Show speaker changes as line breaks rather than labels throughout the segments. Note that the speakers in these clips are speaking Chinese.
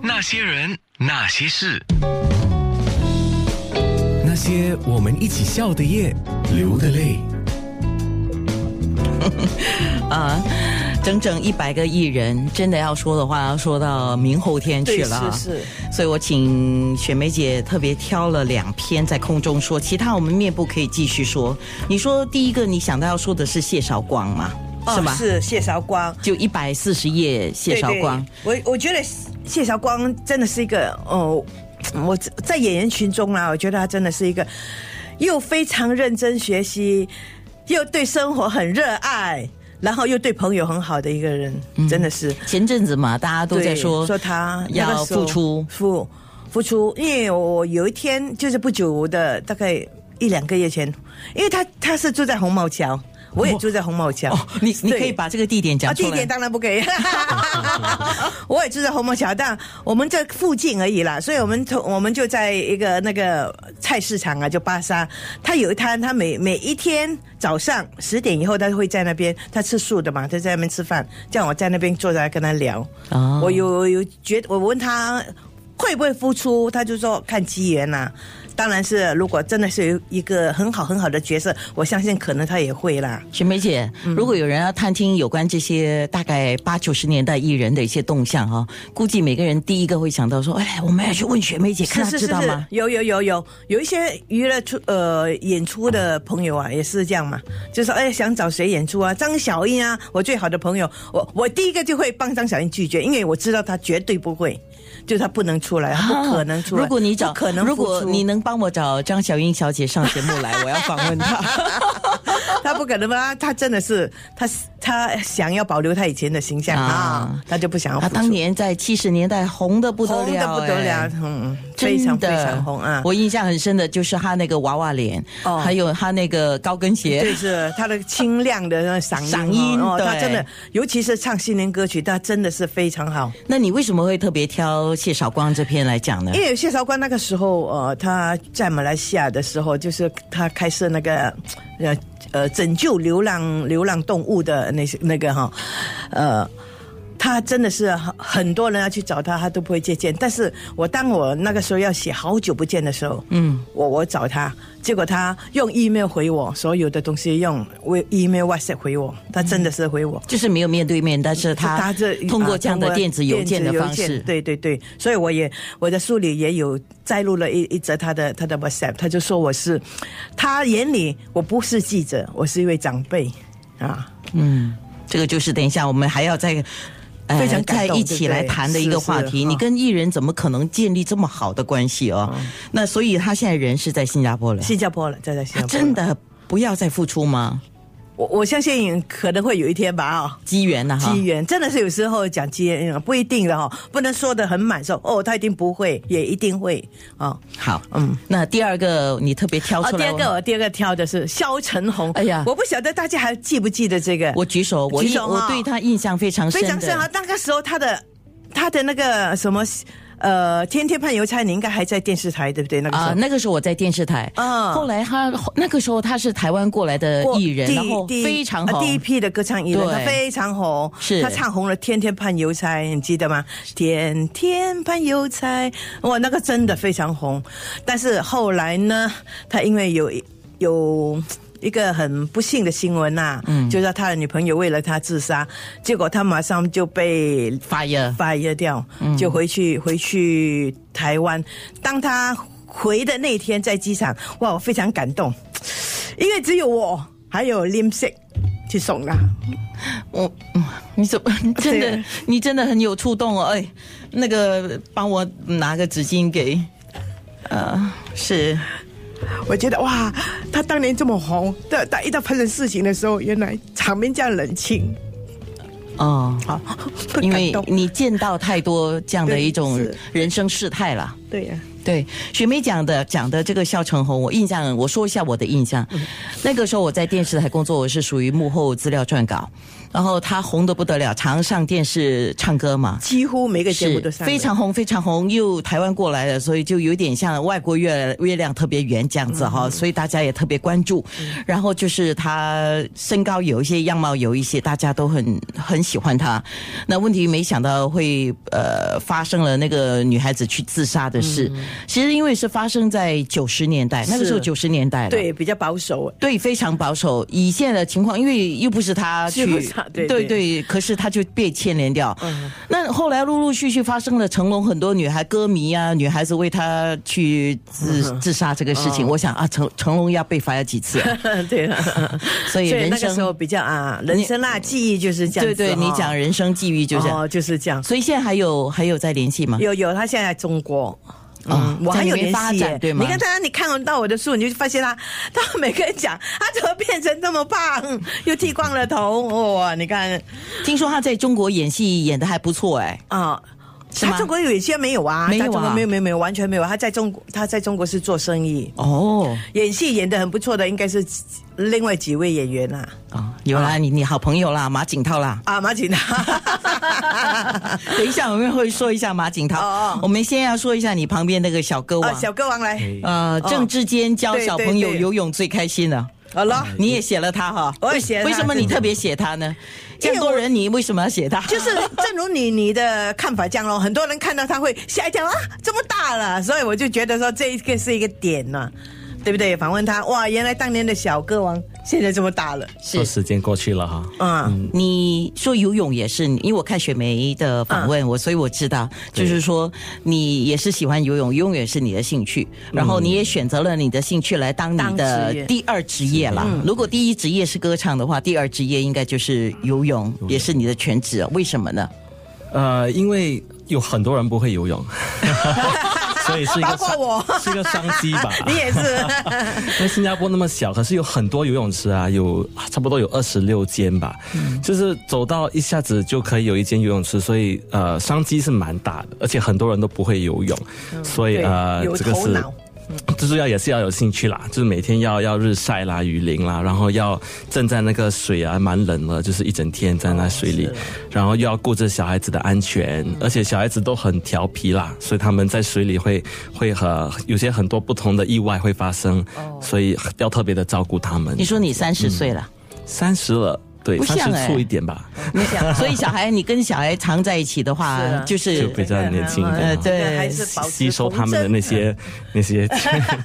那些人，那些事，
那些我们一起笑的夜，流的泪。
啊，整整一百个艺人，真的要说的话，要说到明后天去了。啊
是是。
所以我请雪梅姐特别挑了两篇在空中说，其他我们面部可以继续说。你说第一个你想到要说的是谢绍光嘛？
哦
是吗？
是谢韶光，
就一百四十页谢绍光。
对对我我觉得谢韶光真的是一个哦，我在演员群中啊，我觉得他真的是一个又非常认真学习，又对生活很热爱，然后又对朋友很好的一个人，真的是。
前阵子嘛，大家嗯都在
对
说
说他那个
要
时候
付出，
付付出，因为我有一天就是不久的，大概一两个月前，因为他他是住在红毛桥，我也住在红毛桥，
哦，你你
对
可以把这个地点
啊，
讲出
地
来。
点当然不 可以，我也住在红毛桥，但我们这附近而已啦，所以我们从我们就在一个那个菜市场啊，就巴沙，他有一摊，他每每一天早上十点以后，他会在那边，他吃素的嘛，他在那边吃饭，这样我在那边坐着跟他聊，
哦
我有我有觉得，我问他会不会付出，他就说看机缘呐、当然是，如果真的是有一个很好很好的角色，我相信可能他也会啦。
雪梅姐，
嗯
如果有人要探听有关这些大概八九十年代艺人的一些动向哈、估计每个人第一个会想到说，哎，我们要去问雪梅姐，看她知道吗？
有有有有有一些娱乐出呃演出的朋友啊，
嗯
也是这样嘛，就说哎想找谁演出啊，张小英啊，我最好的朋友，我我第一个就会帮张小英拒绝，因为我知道她绝对不会，就她不能出来，她不可能出
啊
来。
如果你找，
不可能
如
付出，
果你能帮我找张小英小姐上节目来，我要访问 她。啊
她不可能吧？她真的是她她想要保留她以前的形象啊
啊，
她就不想要付
她
出。
当年在七十年代红的不得了，
红的不得了
哎。，
嗯，非常非
真的
常红啊。
我印象很深的就是她那个娃娃脸，
哦
还有她那个高跟鞋，
就是他的清亮的那个嗓音哦
嗓音
哦，
对
他真的，尤其是唱新年歌曲，他真的是非常好。
那你为什么会特别挑谢少光这篇来讲呢
因？为谢韶关那个时候，呃，他在马来西亚的时候，就是他开设那个，呃呃，拯救流浪流浪动物的那些那个哈，呃。他真的是很很多人要去找他，他都不会接见。但是我当我那个时候要写好久不见的时候，嗯，我我找他，结果他用 email 回我，所有的东西用 email、WhatsApp 回我，他真的是回我。
就是没有面对面，但是
他
他
这
通过
啊
这样的
通过
电子邮件的
电子
方式，
对对对，所以我也我的书里也有摘录了一一则他的他的 WhatsApp，他就说我是他眼里我不是记者，我是一位长辈啊，
嗯，这个就是等一下我们还要再。呃
非常
再
感动
一起来
对不对
谈的一个
是
话
是
题，
哈
你跟艺人怎么可能建立这么好的关系哦？那所以他现在人是在新加坡了，
新加坡了，在在新加
他
坡，
啊真，的不要再付出吗？
我我相信可能会有一天吧啊。
机缘呐、哈
机，缘真的是有时候讲机缘不一定的哈、哦，不能说的很满说哦，他一定不会，也一定会啊。哦
好，嗯
嗯，
那第二个你特别挑
哦，
出
第
来，
二个我第二个挑的是萧晨红，
哎呀
我不晓得大家还记不记得这个？
我举手，我
举
印
手
我
哈
对他印象非常深
非
的，
常深啊！那个时候他的他的那个什么呃，《天天盼邮差》，你应该还在电视台对不对？那个时候。
啊，那个时候我在电视台，
嗯
后来他那个时候他是台湾过来的
过
艺人，
第
然后
第
非常
啊
红，
第一批的歌唱艺人，
对
他非常红，
是
他唱红了《天天盼邮差》，你记得吗？天天盼邮差，哇，那个真的非常红。但是后来呢，他因为有有。一个很不幸的新闻呐、嗯，就是他的女朋友为了他自杀，结果他马上就被
发热，
发热掉，
嗯
就回去回去台湾。当他回的那天，在机场，哇，我非常感动，因为只有我还有 Lim s i 去送他。
我，嗯你怎么 真的
对？
你真的很有触动哦！哎，那个帮我拿个纸巾给，呃，是
我觉得哇，他当年这么红，但但一到喷人事情的时候，原来场面这样冷清，
哦，
好，
因
很
为
感动。
你见到太多这样的
对
一种
是
人生事态了。
对啊呀、
对，雪梅讲的讲的这个肖成红，我印象，嗯我说一下我的印象。那个时候我在电视台工作，我是属于幕后资料撰稿。然后她红的不得了，常上电视唱歌嘛，
几乎每个节目都上了，
非常红，非常红，又台湾过来的，所以就有点像外国月月亮特别圆这样子
嗯
哈、所以大家也特别关注。然后就是她身高有一些，样貌有一些，大家都很很喜欢她。那问题没想到会呃发生了那个女孩子去自杀的事，其实因为是发生在九十年代，那个时候
嗯是
九十年代了，
对，比较保守。
对，非常保守。以现在的情况，因为又不是他去，
是不 是他对
对
对嗯
可是他就被牵连掉。那后来陆陆续续发生了成龙很多女孩歌迷啊，女孩子为他去
嗯
自、自杀这个事情。我想啊，成成龙要被罚要几次、 啊？
对了，
所以
所以
人
那个
生
时候比较啊，人生啊，记忆就是这样
对
子。
对，
哦
你讲人生际遇就这样。
哦，就是这样。
所以现在还有还有在联系吗？
有有，他现在在中国。
哦
嗯，我还有联
在那
系
边发展
耶
对吗
你看他，你看到我的书，你就发现他，他每个人讲他怎么变成这么胖，又剃光了头，哇、你看
听说他在中国演戏演的还不错哎、
啊。
是吗
他中国有一些没有啊，
没有啊
他中国没有没有没有完全没有。他在中国，他在中国是做生意，
哦
演戏演的很不错的，应该是另外几位演员啦、
哦，有啦，你你好朋友啦，马景涛啦。
啊。马景达，
等一下，我们会说一下马景涛。
哦哦
我们先要说一下你旁边那个小歌王，
啊，小歌王来，
呃，郑志坚教
对
小
对
朋友
对
游泳最开心了。
好了。
你也写了他哈？
我也
为
写了他
为什么你特别写他呢？
因
这
为
么多人，你为什么要写他？
就是 正如你你的看法这样咯，很多人看到他会吓一跳啊，这么大了，所以我就觉得说这一个是一个点呐、对不对？访问他，哇，原来当年的小歌王现在这么大了，
说时间过去了哈，
嗯，
你说游泳也是，因为我看雪梅的访
嗯
问，我所以我知道，就是说你也是喜欢游泳，游泳也是你的兴趣，然后你也选择了你的兴趣来当你
嗯当
的
职业
第二职业啦。如果第一职业是歌唱的话，第二职业应该就是游泳，也是你的全职。哦为什么呢？
呃，因为有很多人不会游 泳，所以是一
啊包
个
括我
是一个商机吧。
你也是，
因为新加坡那么小，可是有很多游泳池啊，有差不多有二十六间吧，
嗯
就是走到一下子就可以有一间游泳池，所以呃，商机是蛮大的，而且很多人都不会游泳，所以
嗯对
呃，
有
这个
头
是
脑。
就是要也是要有兴趣啦，就是每天要要日晒啦、雨淋啦，然后要浸在那个水啊，蛮冷了，就是一整天在
哦
那水
啊
里，然后又要顾着小孩子的安全，
嗯
而且小孩子都很调皮啦，所以他们在水里会会和有些很多不同的意外会发生，所以要特别的照顾他们。
哦你说你
嗯
三十岁了，
三十了，对，
不像
三
欸
十出一点吧，
你想，所以小孩你跟小孩常在一起的话，
是啊
就是
就 比较年轻一
呃 对
点哈。
这个还是保持
吸收他们的 那些那些，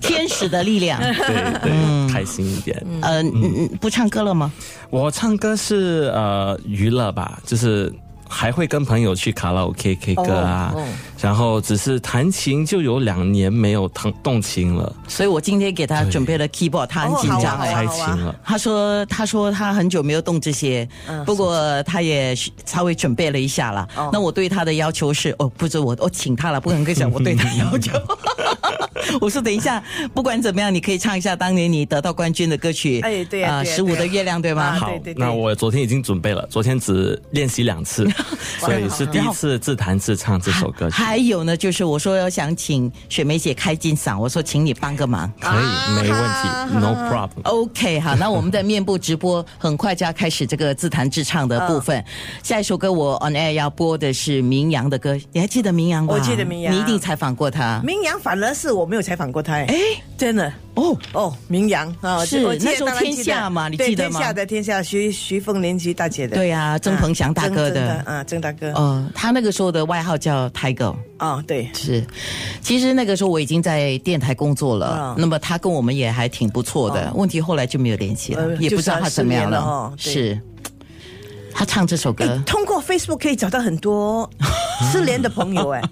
天使的力
嗯
量。
对对，开心一点。
呃，嗯嗯，不唱歌了吗？
我唱歌是呃娱乐吧，就是还会跟朋友去卡拉 OK K 歌啊，
哦哦
然后只是弹琴就有两年没有弹动琴了，
所以我今天给他准备了 keyboard，他很紧
紧
张
张
好啊
哎
好啊。
开琴了。
他说：“他说他很久没有动这些，不过他也稍微准备了一下啦。
嗯哦
那我对他的要求是，哦，不是我，我请他了，不能跟你讲我对他要 求。 我说等一下，不管怎么样，你可以唱一下当年你得到冠军的歌曲，
哎对啊
啊
对啊
十五
对
的
啊
月亮，对吗
啊？
好
对对对，
那我昨天已经准备了，昨天只练习 两次，所以是第一次自弹自唱这首歌曲，
还有呢，就是我说要想请雪梅姐开金嗓，我说请你帮个忙。
可以，没问题，no problem。
OK，好，那我们的面部直播很快就要开始这个自弹自唱的
嗯
部分。下一首歌我 on air 要播的是明阳的歌，你还记得明阳吧？
我记得明阳
你一定采访过他。
明阳反而是我没有采访过他，哎
哎，
真的
哦，
哦，明阳啊，
是
我记得
那时候
当然
天下
记得
嘛你
对
记得
天
吗
下的天下，徐徐凤莲徐大姐的，
对啊曾鹏翔大哥的
嗯曾曾啊，曾大哥，哦，
呃，他那个时候的外号叫 Tiger。
对，
是，其实那个时候我已经在电台工作了，
嗯
那么他跟我们也还挺不错的。问题后来就没有联系了，
呃
也不知道他怎么样
就是啊失
是，他唱这首歌、
哎，通过 Facebook 可以找到 很多失联的朋友哎，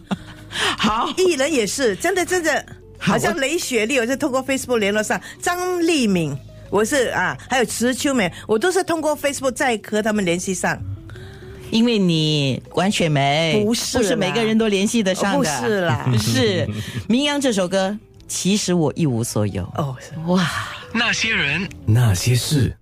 好，
艺人也是，真的真的，
好
好像
我
雷雪莉，我是通过 Facebook 联络上张丽敏，我是啊，还有池秋美，我都是通过 Facebook 在和他们联系上，
因为你管雪梅
不是啦
不是每个人都联系得上的，
不是啦
是《民谣》这首歌，其实我一无所有。
哦。是
哇，
那些人。
那些事。